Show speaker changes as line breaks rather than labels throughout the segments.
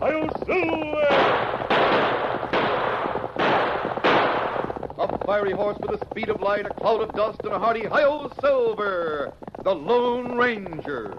Hail Silver!
A fiery horse with the speed of light, a cloud of dust, and a hearty hi silver, the Lone Ranger.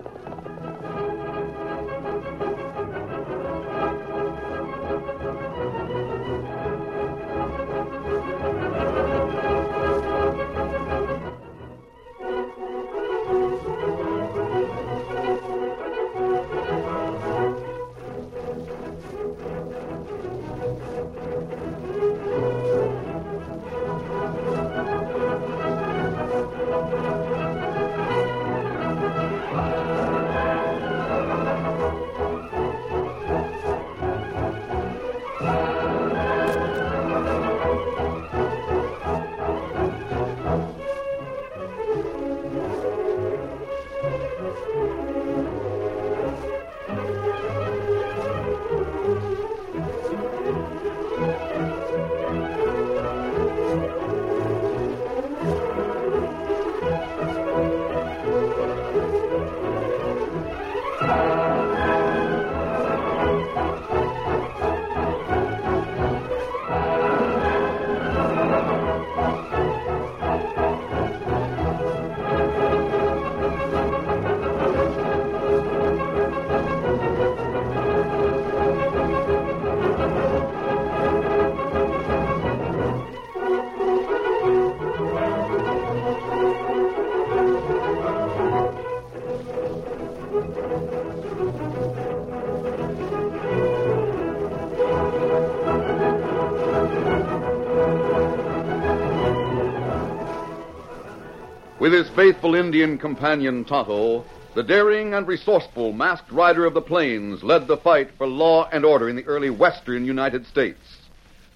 With his faithful Indian companion Tonto, the daring and resourceful masked rider of the plains led the fight for law and order in the early western United States.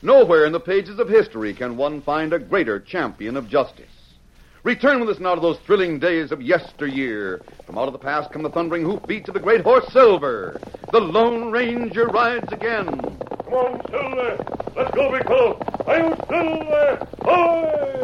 Nowhere in the pages of history can one find a greater champion of justice. Return with us now to those thrilling days of yesteryear. From out of the past come the thundering hoofbeats of the great horse Silver. The Lone Ranger rides again.
Come on, Silver! Let's go, Big Fellow! Hail Silver! Hoy!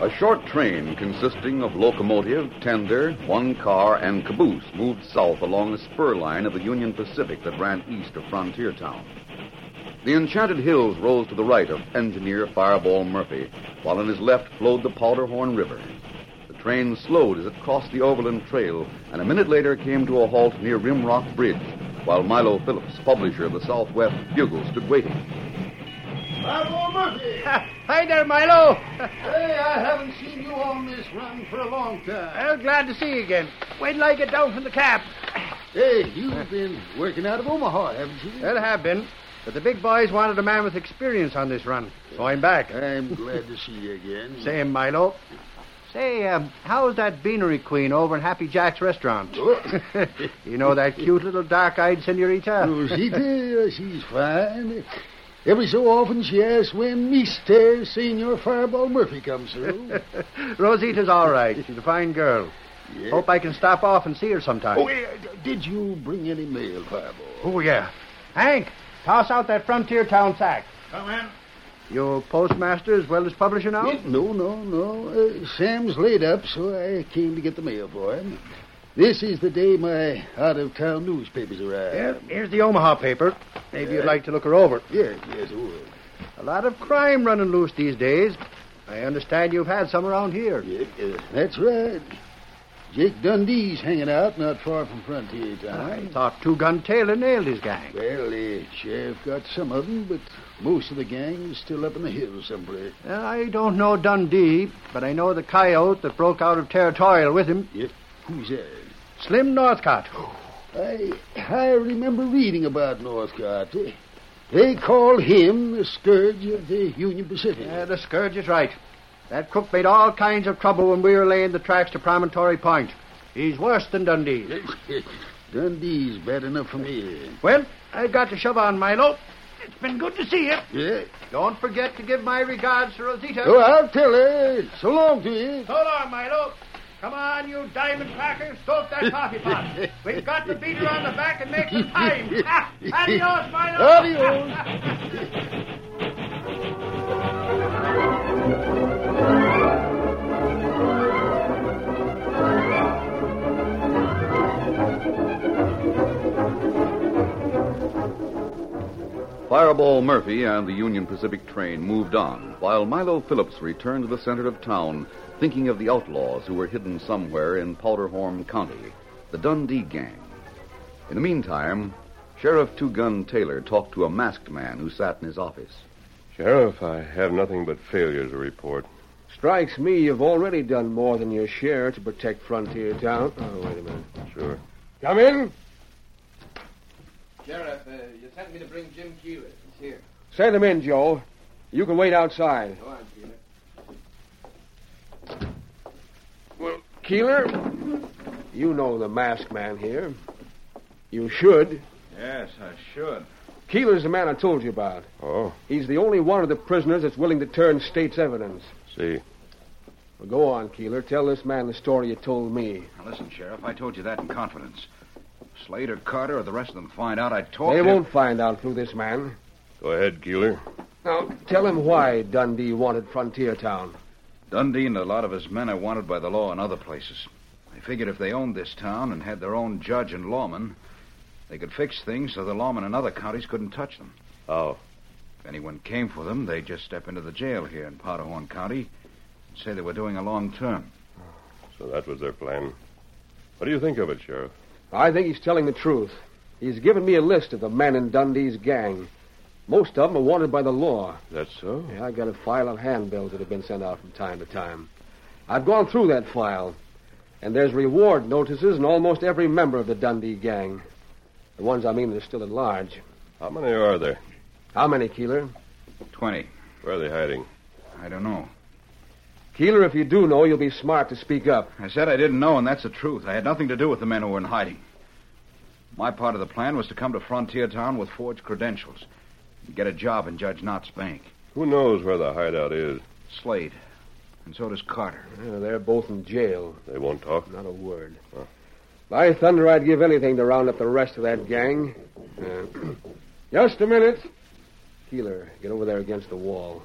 A short train consisting of locomotive, tender, one car, and caboose moved south along the spur line of the Union Pacific that ran east of Frontier Town. The enchanted hills rose to the right of engineer Fireball Murphy, while on his left flowed the Powderhorn River. The train slowed as it crossed the overland trail, and a minute later came to a halt near Rimrock Bridge, while Milo Phillips, publisher of the Southwest Bugle, stood waiting.
Fireball Murphy!
Hi there, Milo.
Hey, I haven't seen you on this run for a long time.
Well, glad to see you again. Wait till I get down from the cab.
Hey, you've been working out of Omaha, haven't you?
Well, I have been. But the big boys wanted a man with experience on this run, so I'm back.
I'm glad to see you again.
Same, Milo. Say, um, how's that beanery queen over at Happy Jack's restaurant?
Oh.
you know, that cute little dark-eyed senorita?
Rosita, uh, she's fine. Every so often she asks when Mister Senior Fireball Murphy comes through.
Rosita's all right. She's a fine girl.
Yeah.
Hope I can stop off and see her sometime.
Oh, yeah, d- did you bring any mail, Fireball?
Oh, yeah. Hank, toss out that frontier town sack.
Come in.
You postmaster as well as publisher now?
No, no, no. Uh, Sam's laid up, so I came to get the mail for him. This is the day my out-of-town newspapers
Yeah,
arrive.
here's the Omaha paper. Maybe you'd
Yeah.
like to look her over.
Yes, yes, it would.
A lot of crime running loose these days. I understand you've had some around here.
Yep, uh, that's right. Jake Dundee's hanging out not far from Frontier
I
Town.
thought Two Gun Taylor nailed his gang.
Well, the sheriff got some of them, but most of the gang is still up in the hills someplace.
Uh, I don't know Dundee, but I know the coyote that broke out of territorial with him,
Yep. Who's that?
Slim Northcott.
I I remember reading about Northcott. They, they call him the scourge of the Union Pacific.
Yeah, the scourge is right. That cook made all kinds of trouble when we were laying the tracks to Promontory Point. He's worse than Dundee.
Dundee's bad enough for me.
Well, I got to shove on, Milo. It's been good to see you.
Yeah.
Don't forget to give my regards to Rosita.
Oh, I'll tell her. So long to you.
So long, Milo. Come on, you diamond crackers, soak that coffee pot. We've got the beater on the back and make some time. Adios, Milo.
Adios.
Fireball Murphy and the Union Pacific train moved on, while Milo Phillips returned to the center of town, thinking of the outlaws who were hidden somewhere in Powderhorn County, the Dundee gang. In the meantime, Sheriff Two Gun Taylor talked to a masked man who sat in his office.
Sheriff, I have nothing but failure to report.
Strikes me you've already done more than your share to protect Frontier Town. Oh, wait a minute.
Sure.
Come in.
Sheriff, uh, you sent me to bring Jim Keeler. He's here.
Send him in, Joe. You can wait outside.
Go on, Keeler.
Keeler, you know the masked man here. You should.
Yes, I should.
Keeler's the man I told you about.
Oh,
He's the only one of the prisoners that's willing to turn state's evidence.
see.
Well, go on, Keeler. Tell this man the story you told me.
Now, listen, Sheriff, I told you that in confidence. Slater, Carter, or the rest of them find out I talked.
they
to-
won't find out through this man.
Go ahead, Keeler.
Now, tell him why Dundee wanted Frontier Town.
Dundee and a lot of his men are wanted by the law in other places. They figured if they owned this town and had their own judge and lawmen, they could fix things so the lawmen in other counties couldn't touch them.
How?
If anyone came for them, they'd just step into the jail here in Powderhorn County and say they were doing a long term.
So that was their plan. What do you think of it, Sheriff?
I think he's telling the truth. He's given me a list of the men in Dundee's gang. Most of them are wanted by the law.
That's so?
Yeah, I got a file of handbills that have been sent out from time to time. I've gone through that file, and there's reward notices in almost every member of the Dundee gang. The ones I mean that are still at large.
How many are there?
How many, Keeler?
Twenty.
Where are they hiding?
I don't know.
Keeler, if you do know, you'll be smart to speak up.
I said I didn't know, and that's the truth. I had nothing to do with the men who were in hiding. My part of the plan was to come to Frontier Town with forged credentials and get a job in Judge Knott's bank.
Who knows where the hideout is?
Slade. And so does Carter.
Yeah, they're both in jail.
They won't talk.
Not a word. By thunder, I'd give anything to round up the rest of that gang. Uh, just a minute. Keeler, get over there against the wall.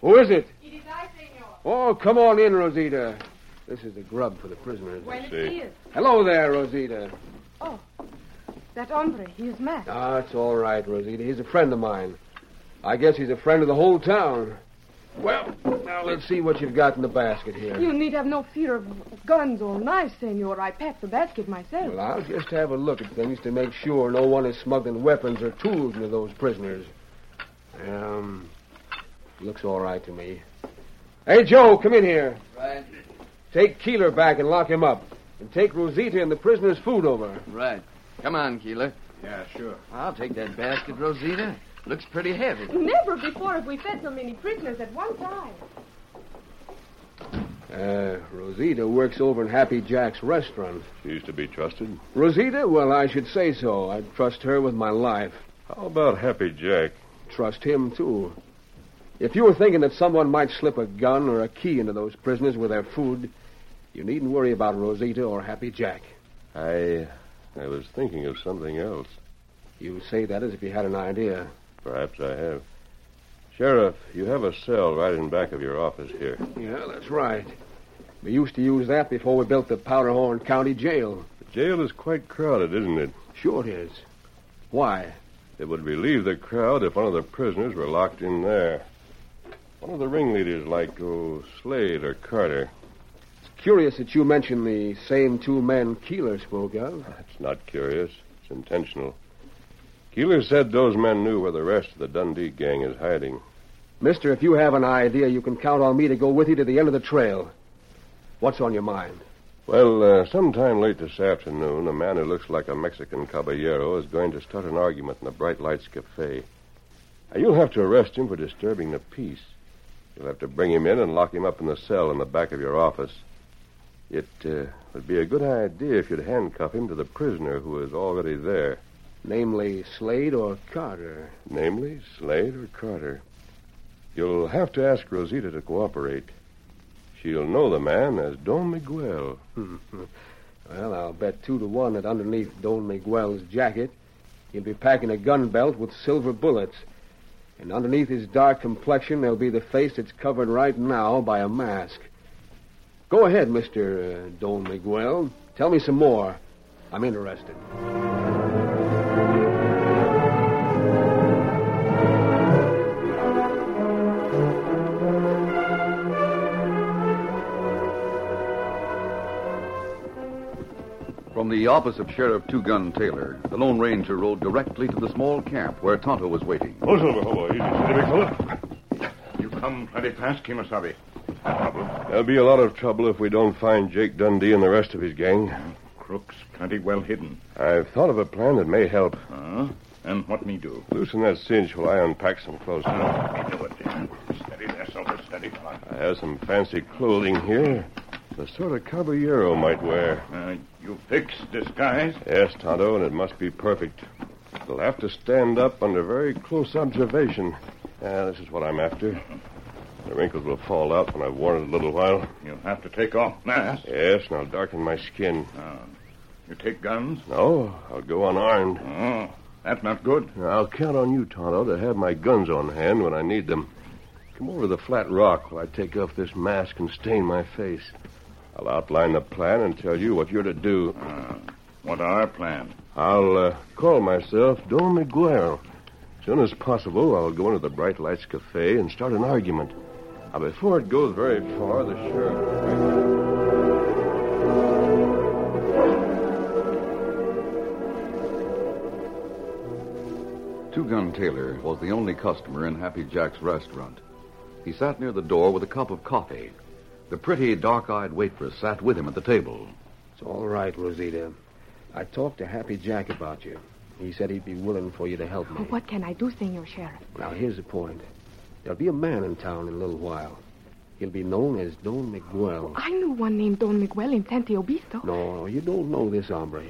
Who is it?
It is I, senor.
Oh, come on in, Rosita. This is the grub for the prisoners.
Buenos
see.
dias.
Hello there, Rosita.
That hombre, he is mad.
Ah, it's all right, Rosita. He's a friend of mine. I guess he's a friend of the whole town. Well, now let's see what you've got in the basket here.
You need have no fear of guns or knives, senor. I packed the basket myself.
Well, I'll just have a look at things to make sure no one is smuggling weapons or tools into those prisoners. Um, looks all right to me. Hey, Joe, come in here.
Right,
Take Keeler back and lock him up. And take Rosita and the prisoner's food over.
right. Come on, Keeler.
Yeah, sure.
I'll take that basket, Rosita. Looks pretty heavy.
Never before have we fed so many prisoners at one time.
Uh, Rosita works over in Happy Jack's restaurant.
She's to be trusted.
Rosita? Well, I should say so. I trust her with my life.
How about Happy Jack?
Trust him, too. If you were thinking that someone might slip a gun or a key into those prisoners with their food, you needn't worry about Rosita or Happy Jack.
I. I was thinking of something else.
You say that as if you had an idea.
Perhaps I have. Sheriff, you have a cell right in back of your office here.
Yeah, that's right. We used to use that before we built the Powderhorn County Jail.
The jail is quite crowded, isn't it?
Sure it is. Why?
It would relieve the crowd if one of the prisoners were locked in there. One of the ringleaders, like oh, Slade or Carter.
It's curious that you mention the same two men Keeler spoke of.
That's not curious. It's intentional. Keeler said those men knew where the rest of the Dundee gang is hiding.
Mister, if you have an idea, you can count on me to go with you to the end of the trail. What's on your mind?
Well, uh, sometime late this afternoon, a man who looks like a Mexican caballero is going to start an argument in the Bright Lights Cafe. Uh, You'll have to arrest him for disturbing the peace. You'll have to bring him in and lock him up in the cell in the back of your office. It uh, would be a good idea if you'd handcuff him to the prisoner who is already there.
Namely, Slade or Carter.
Namely, Slade or Carter. You'll have to ask Rosita to cooperate. She'll know the man as Don Miguel.
Well, I'll bet two to one that underneath Don Miguel's jacket, he'll be packing a gun belt with silver bullets. And underneath his dark complexion, there'll be the face that's covered right now by a mask. Go ahead, Mr. uh, Don Miguel. Tell me some more. I'm interested.
From the office of Sheriff Two Gun Taylor, the Lone Ranger rode directly to the small camp where Tonto was waiting.
Oh, Silver, oh, easy, steady, big fella. You come plenty fast, Kimasabi. No problem.
There'll be a lot of trouble if we don't find Jake Dundee and the rest of his gang.
Crook's plenty well hidden.
I've thought of a plan that may help.
Huh? And what me do?
Loosen that cinch while I unpack some clothes.
Ah, me do it then. Steady there, Silver, steady, fella.
I have some fancy clothing here. The sort of caballero might wear.
Uh, you fix disguise?
Yes, Tonto, and it must be perfect. It'll have to stand up under very close observation. Ah, this is what I'm after. The wrinkles will fall out when I've worn it a little while.
You'll have to take off mask.
Yes, and I'll darken my skin.
Ah, you take guns?
No, I'll go unarmed.
Oh, that's not good.
I'll count on you, Tonto, to have my guns on hand when I need them. Come over to the flat rock while I take off this mask and stain my face. I'll outline the plan and tell you what you're to do.
Ah, what our plan?
I'll uh, call myself Don Miguel. As soon as possible, I'll go into the Bright Lights Cafe and start an argument. Now, before it goes very far, the sheriff.
Two Gun Taylor was the only customer in Happy Jack's restaurant. He sat near the door with a cup of coffee. The pretty, dark eyed waitress sat with him at the table.
It's all right, Rosita. I talked to Happy Jack about you. He said he'd be willing for you to help me.
What can I do, Senor Sheriff?
Now, here's the point. There'll be a man in town in a little while. He'll be known as Don Miguel.
I knew one named Don Miguel in Tante Obispo.
No, no, you don't know this hombre.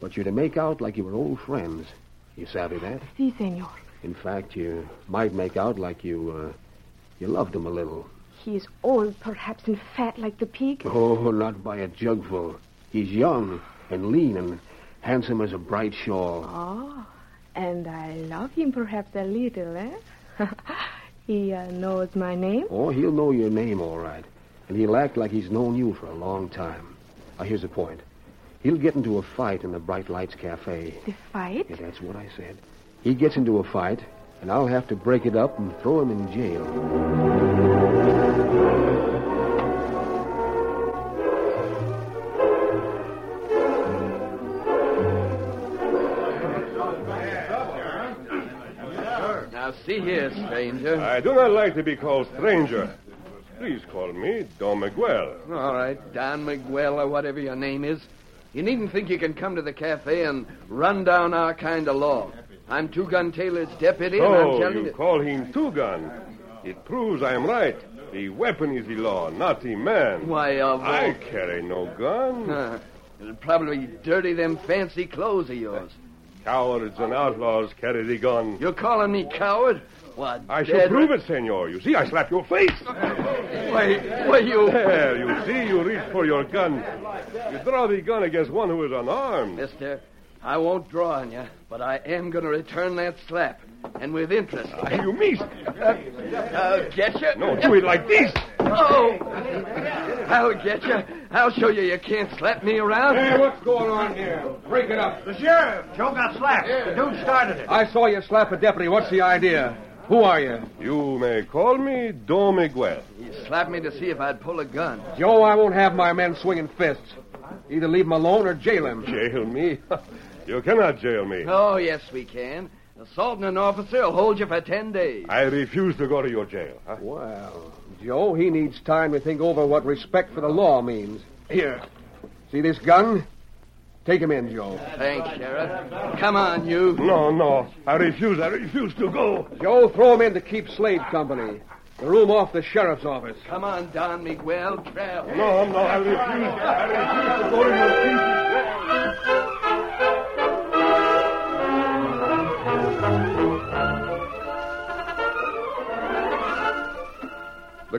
But you're to make out like you were old friends. You savvy that?
Si, Senor.
In fact, you might make out like you, uh, you loved him a little.
He is old, perhaps, and fat like the pig.
Oh, not by a jugful. He's young and lean and handsome as a bright shawl.
Oh, and I love him perhaps a little, eh? he uh, knows my name.
Oh, he'll know your name all right. And he'll act like he's known you for a long time. Now, here's the point. He'll get into a fight in the Bright Lights Cafe.
The fight?
Yeah, that's what I said. He gets into a fight, and I'll have to break it up and throw him in jail.
Now, see here, stranger.
I do not like to be called stranger. Please call me Don Miguel.
All right, Don Miguel or whatever your name is. You needn't think you can come to the cafe and run down our kind of law. I'm Two Gun Taylor's deputy, and I'm
Oh,
telling
you
you.
call him Two Gun. It proves I am right. The weapon is the law, not the man.
Why, uh, of
I carry no gun.
Uh, it'll probably dirty them fancy clothes of yours.
Cowards and outlaws carry the gun.
You're calling me coward? What?
I shall prove it, senor. You see, I slap your face.
Why, why you.
There, you see, you reach for your gun. You draw the gun against one who is unarmed.
Mister, I won't draw on you, but I am going to return that slap, and with interest.
You miss.
I'll get you.
No, do it like this.
Oh! I'll get you. I'll show you you can't slap me around.
what's going on here? Break it up.
The sheriff! Joe got slapped. The dude started it.
I saw you slap a deputy. What's the idea? Who are you?
You may call me Don Miguel.
He slapped me to see if I'd pull a gun.
Joe, I won't have my men swinging fists. Either leave him alone or jail him.
Jail me? you cannot jail me.
Oh, yes, we can. Assaulting an officer will hold you for ten days.
I refuse to go to your jail. Huh?
Well, Joe, he needs time to think over what respect for the law means. Here. See this gun? Take him in, Joe.
Thanks, Sheriff. Come on, you.
No, no. I refuse. I refuse to go.
Joe, throw him in to keep Slade company. The room off the sheriff's office.
Come on, Don Miguel, travel.
No, no, I refuse. I refuse to go to your
The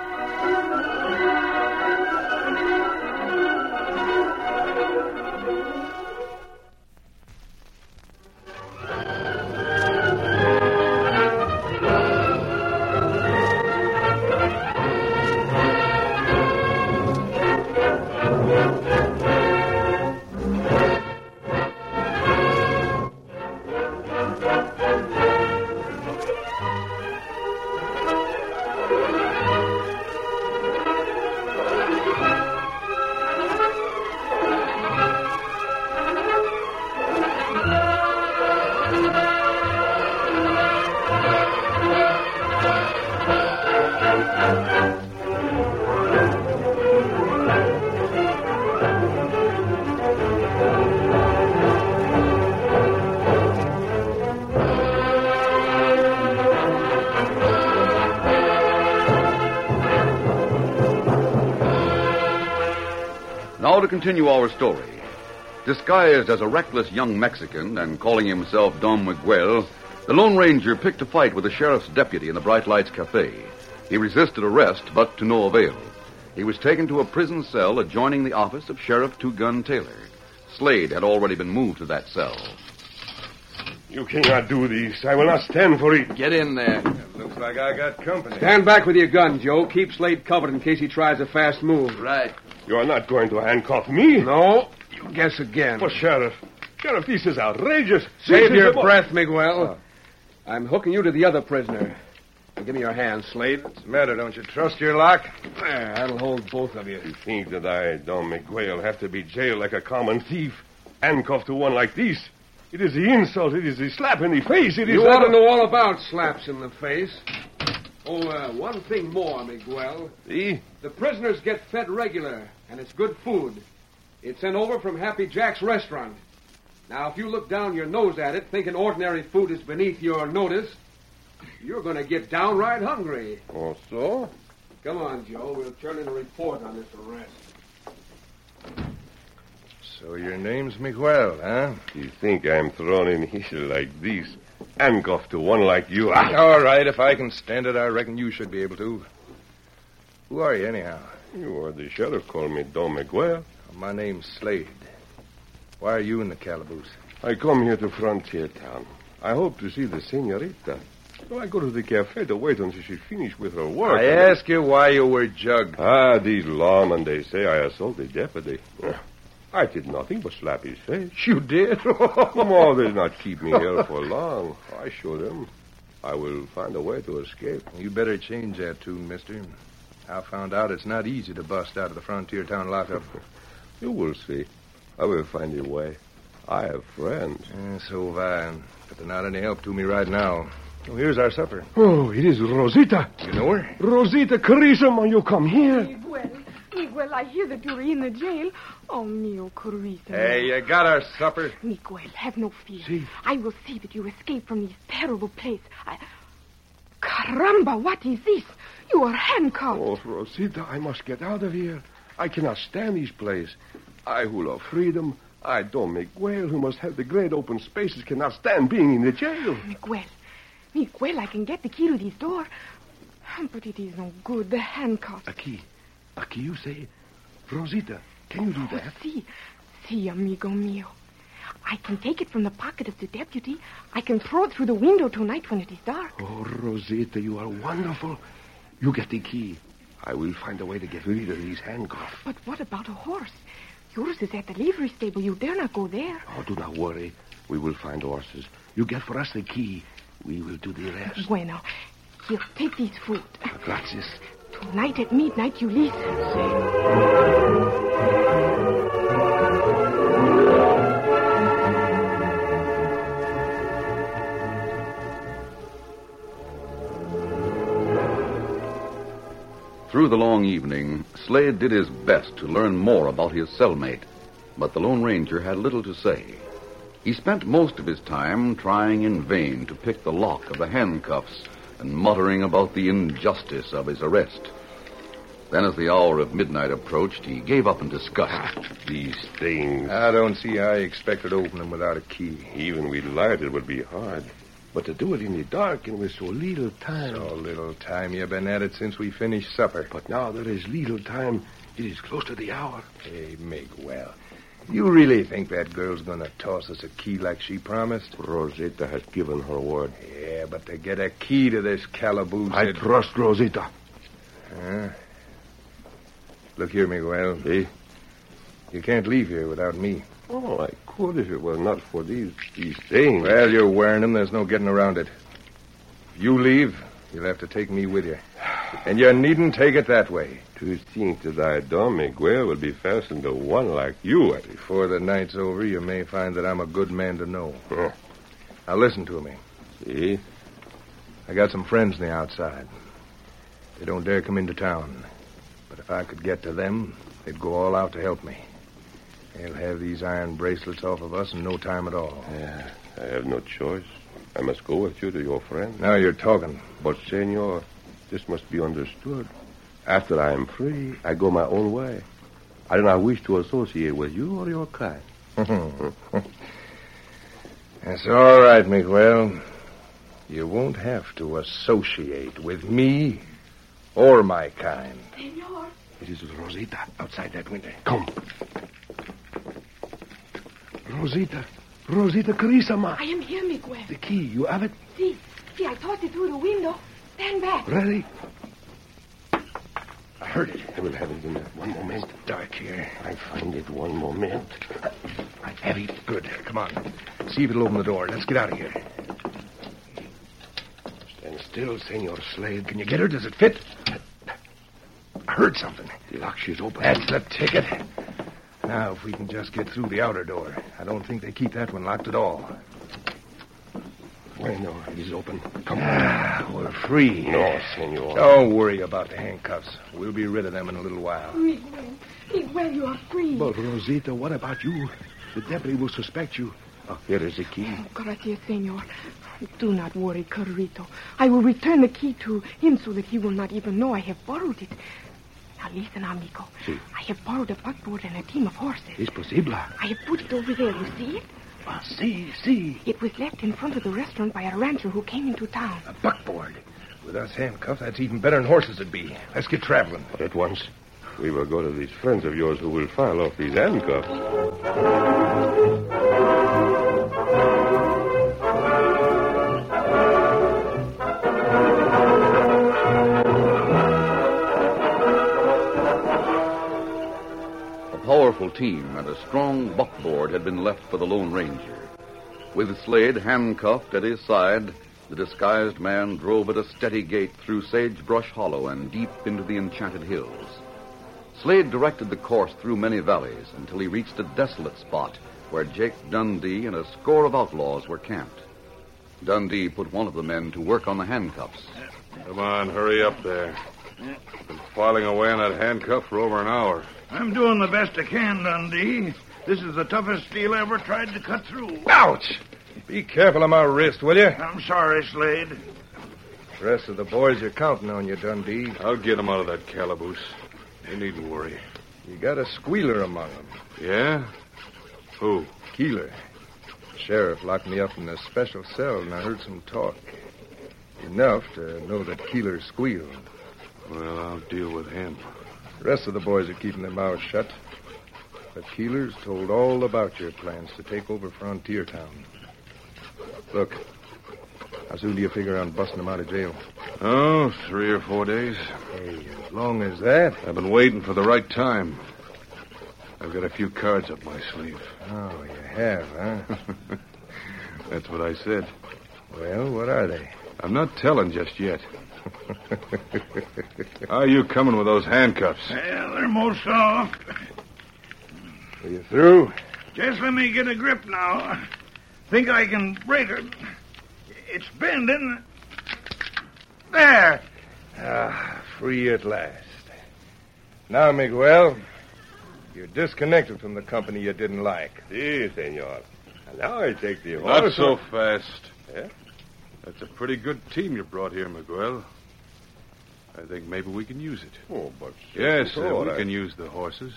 Now to continue our story. Disguised as a reckless young Mexican and calling himself Don Miguel, the Lone Ranger picked a fight with the sheriff's deputy in the Bright Lights Cafe. He resisted arrest, but to no avail. He was taken to a prison cell adjoining the office of Sheriff Two Gun Taylor. Slade had already been moved to that cell.
You cannot do this. I will not stand for it.
Get in there.
Looks like I got company.
Stand back with your gun, Joe. Keep Slade covered in case he tries a fast move.
Right.
You are not going to handcuff me.
No. You guess again.
Well, Sheriff. Sheriff, this is outrageous. This
Save
is
your Oh.
abo-
breath, Miguel. I'm hooking you to the other prisoner. Now, Give me your hand, Slade.
What's the matter? Don't you trust your lock?
There, that'll hold both of you.
You think that I, Don Miguel, have to be jailed like a common thief, handcuffed to one like this? It is the insult. It is the slap in the face. It is.
You ought to know all about slaps in the face. Oh, uh, one thing more, Miguel.
See?
The prisoners get fed regular, and it's good food. It's sent over from Happy Jack's restaurant. Now, if you look down your nose at it, thinking ordinary food is beneath your notice, you're going to get downright hungry.
Oh, so?
Come on, Joe. We'll turn in a report on this arrest.
So your name's Miguel, huh?
You think I'm thrown in here like this, handcuffed to one like you? Ah!
All right, if I can stand it, I reckon you should be able to. Who are you, anyhow?
You or the sheriff called me Don Miguel.
My name's Slade. Why are you in the calaboose?
I come here to Frontier Town. I hope to see the senorita. So I go to the cafe to wait until she finishes with her work.
I ask you why you were jugged.
Ah, these lawmen, they say I assaulted deputy. I did nothing but slap his face.
You did?
More they not keep me here for long. I show them. I will find a way to escape.
You better change that tune, mister. I found out it's not easy to bust out of the frontier town lockup.
You will see. I will find a way. I have friends.
Eh, so have I, but they're not any help to me right now. Oh, here's our supper.
Oh, it is Rosita.
You know her?
Rosita Carissima, you come here.
Miguel, Miguel, I hear that you're in the jail. Oh, mio Carita.
Hey, you got our supper.
Miguel, have no fear. I will see that you escape from this terrible place. I... Caramba, what is this? You are handcuffed.
Oh, Rosita, I must get out of here. I cannot stand this place. I who love freedom, I Don Miguel, who must have the great open spaces, cannot stand being in the jail.
Miguel, Miguel, I can get the key to this door. But it is no good, the handcuffs.
A key. A key, you say? Rosita, can you do that?
See, see, Oh, amigo mio. I can take it from the pocket of the deputy. I can throw it through the window tonight when it is dark.
Oh, Rosita, you are wonderful. You get the key. I will find a way to get rid of these handcuffs.
But what about a horse? Yours is at the livery stable. You dare not go there.
Oh, do not worry. We will find horses. You get for us the key. We will do the rest.
Bueno, here, take this food.
Gracias.
Tonight at midnight, you listen.
Through the long evening, Slade did his best to learn more about his cellmate, but the Lone Ranger had little to say. He spent most of his time trying in vain to pick the lock of the handcuffs and muttering about the injustice of his arrest. Then, as the hour of midnight approached, he gave up in disgust.
These things.
I don't see how you expected to open them without a key.
Even we light, it would be hard. But to do it in the dark and with so little time.
So little time. You've been at it since we finished supper.
But now there is little time. It is close to the hour.
Hey, Miguel. You really think that girl's gonna toss us a key like she promised?
Rosita has given her word.
Yeah, but to get a key to this calaboose.
I
it-
trust Rosita.
Huh? Look here, Miguel.
See?
You can't leave here without me.
Oh, I could if it were not for these these things.
Well, you're wearing them. There's no getting around it. If you leave, you'll have to take me with you. And you needn't take it that way.
to think that I, Don Miguel, would be fastened to one like you. Eddie.
Before the night's over, you may find that I'm a good man to know.
Huh.
Now, listen to me.
See?
I got some friends on the outside. They don't dare come into town. But if I could get to them, they'd go all out to help me. They'll have these iron bracelets off of us in no time at all.
Yeah, I have no choice. I must go with you to your friend.
Now you're talking.
But, senor, this must be understood. After I am free, I go my own way. I do not wish to associate with you or your kind.
That's all right, Miguel. You won't have to associate with me or my kind.
Senor.
It is Rosita outside that window. Come. Rosita. Rosita Carissima.
I am here, Miguel.
The key, you have it?
See, see, I tossed it through the window. Stand back.
Ready? I heard it. I will have it in that one moment.
Dark here.
I find it one moment.
I have it. Good. Come on. See if it'll open the door. Let's get out of here.
Stand still, Senor Slade.
Can you get her? Does it fit? I heard something.
The lock she's open.
That's the ticket. Now, if we can just get through the outer door, I don't think they keep that one locked at all.
Bueno, it is open. Come.
Ah, we're free.
No, senor.
Don't worry about the handcuffs. We'll be rid of them in a little while.
Miguel, Miguel, you are free.
Oh,
But, Rosita, what about you? The deputy will suspect you. Oh, here is the key.
Gracias, senor. Do not worry, Carrito. I will return the key to him so that he will not even know I have borrowed it. Now listen, amigo.
Si.
I have borrowed a buckboard and a team of horses.
Es posible.
I have put it over there, you see it?
Ah, see, see.
It was left in front of the restaurant by a rancher who came into town.
A buckboard. With us handcuffed, that's even better than horses would be. Let's get traveling.
But at once, we will go to these friends of yours who will file off these handcuffs.
A powerful team and a strong buckboard had been left for the Lone Ranger. With Slade handcuffed at his side, the disguised man drove at a steady gait through Sagebrush Hollow and deep into the enchanted hills. Slade directed the course through many valleys until he reached a desolate spot where Jake Dundee and a score of outlaws were camped. Dundee put one of the men to work on the handcuffs.
Come on, hurry up there. Been filing away on that handcuff for over an hour.
I'm doing the best I can, Dundee. This is the toughest steel I ever tried to cut through.
Ouch! Be careful of my wrist, will you?
I'm sorry, Slade.
The rest of the boys are counting on you, Dundee.
I'll get him out of that calaboose. You needn't worry.
You got a squealer among them.
Yeah? Who?
Keeler. Sheriff locked me up in a special cell, and I heard some talk. Enough to know that Keeler squealed.
Well, I'll deal with him.
The rest of the boys are keeping their mouths shut. But Keeler's told all about your plans to take over Frontier Town. Look, how soon do you figure on busting him out of jail?
Oh, three or four days.
Hey, as long as that.
I've been waiting for the right time. I've got a few cards up my sleeve.
Oh, you have, huh?
That's what I said.
well, what are they?
I'm not telling just yet. How are you coming with those handcuffs?
Well, they're most soft.
Are you through?
Just let me get a grip now. Think I can break her. It's bending. There.
Ah, free at last. Now, Miguel, you're disconnected from the company you didn't like. Oh,
Si, senor. Now I take the
Not
horse.
so fast.
Yeah?
That's a pretty good team you brought here, Miguel. I think maybe we can use it.
Oh, but
Yes, sir,
Sure,
we
I-
can use the horses.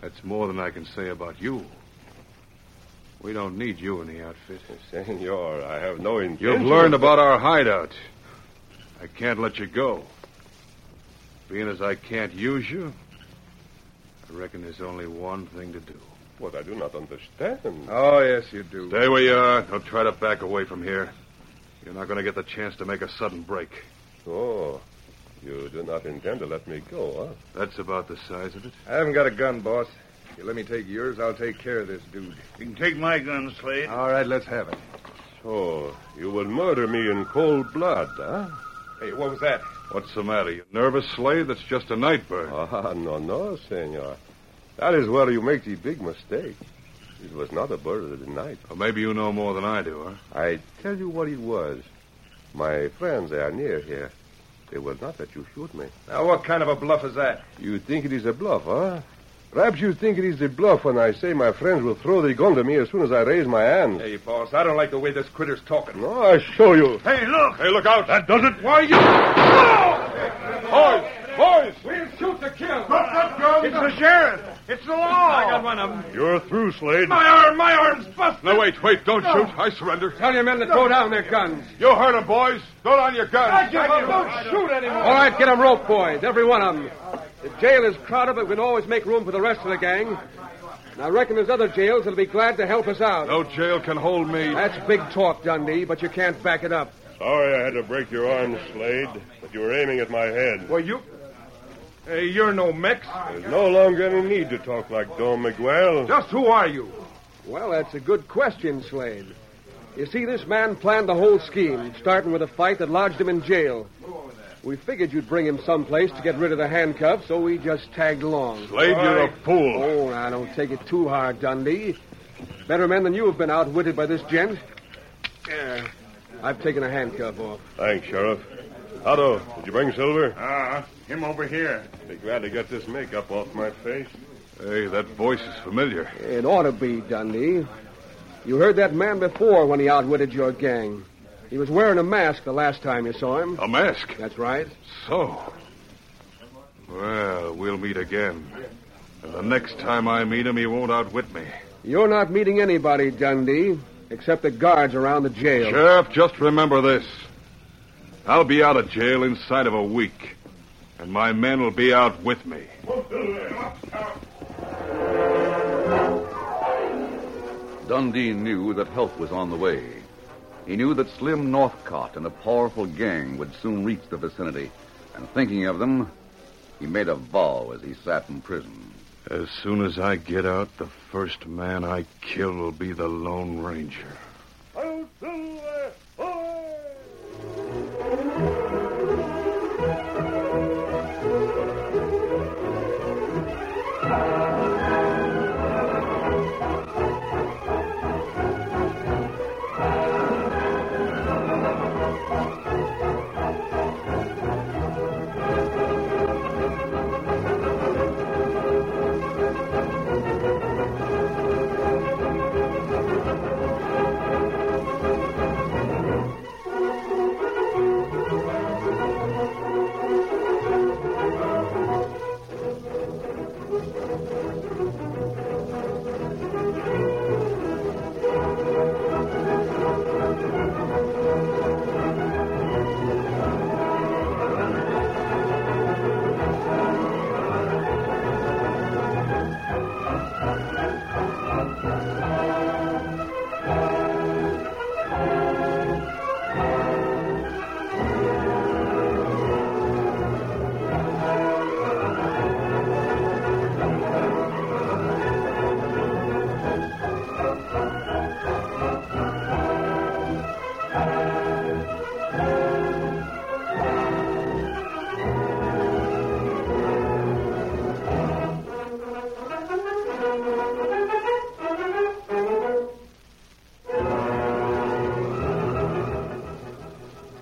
That's more than I can say about you. We don't need you in the outfit.
Senor, I have no intention.
You've learned
of-
about our hideout. I can't let you go. Being as I can't use you, I reckon there's only one thing to do.
What I do not understand.
Oh, yes, you do. Stay where you are. Don't try to back away from here. You're not going to get the chance to make a sudden break.
Oh, you do not intend to let me go, huh?
That's about the size of it.
I haven't got a gun, boss. You let me take yours, I'll take care of this dude.
You can take my gun, Slade.
All right, let's have it.
So, Oh, you will murder me in cold blood, huh?
Hey, what was that?
What's the matter? You nervous, Slade? That's just a night bird.
Ah, no, no, senor. That is where you make the big mistake. It was not a bird of the night.
Well, maybe you know more than I do, huh?
I tell you what it was. My friends, they are near here. They will not let you shoot me.
Now, what kind of a bluff is that?
You think it is a bluff, huh? Perhaps you think it is a bluff when I say my friends will throw the gun to me as soon as I raise my hand.
Hey, boss, I don't like the way this critter's talking.
No, I show you.
Hey, look!
Hey, look out.
That does it.
Why you...
Boys! Boys!
We'll shoot to kill.
Drop that gun! It's the sheriff! It's the law!
I got one of them.
You're through, Slade.
My arm, my arm's busted.
No, wait, wait. Don't
No.
shoot. I surrender.
Tell your men to throw down their guns.
You heard him, boys. Throw down your guns.
I give up. Don't shoot anymore. All right, get them rope, boys, every one of them. The jail is crowded, but we can always make room for the rest of the gang. And I reckon there's other jails that'll be glad to help us out.
No jail can hold me.
That's big talk, Dundee, but you can't back it up.
Sorry I had to break your arm, Slade, but you were aiming at my head.
Well, you... Hey, you're no Mex.
There's no longer any need to talk like Don Miguel.
Just who are you?
Well, that's a good question, Slade. You see, this man planned the whole scheme, starting with a fight that lodged him in jail. We figured you'd bring him someplace to get rid of the handcuffs, so we just tagged along.
Slade, you're a fool.
Oh, now don't take it too hard, Dundee. Better men than you have been outwitted by this gent. Yeah. I've taken a handcuff off.
Thanks, Sheriff. Otto, did you bring Silver?
Uh-huh.
Ah, him over here.
Be glad to get this makeup off my face.
Hey, that voice is familiar.
It ought to be, Dundee. You heard that man before when he outwitted your gang. He was wearing a mask the last time you saw him.
A mask.
That's right.
So. Well, we'll meet again. And the next time I meet him, he won't outwit me.
You're not meeting anybody, Dundee, except the guards around the jail.
Sheriff, just remember this. I'll be out of jail inside of a week, and my men will be out with me.
Dundee knew that help was on the way. He knew that Slim Northcott and a powerful gang would soon reach the vicinity, and thinking of them, he made a vow as he sat in prison.
As soon as I get out, the first man I kill will be the Lone Ranger.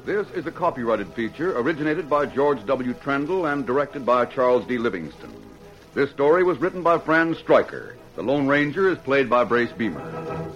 This is a copyrighted feature originated by George W. Trendle and directed by Charles D. Livingston. This story was written by Franz Stryker. The Lone Ranger is played by Brace Beamer.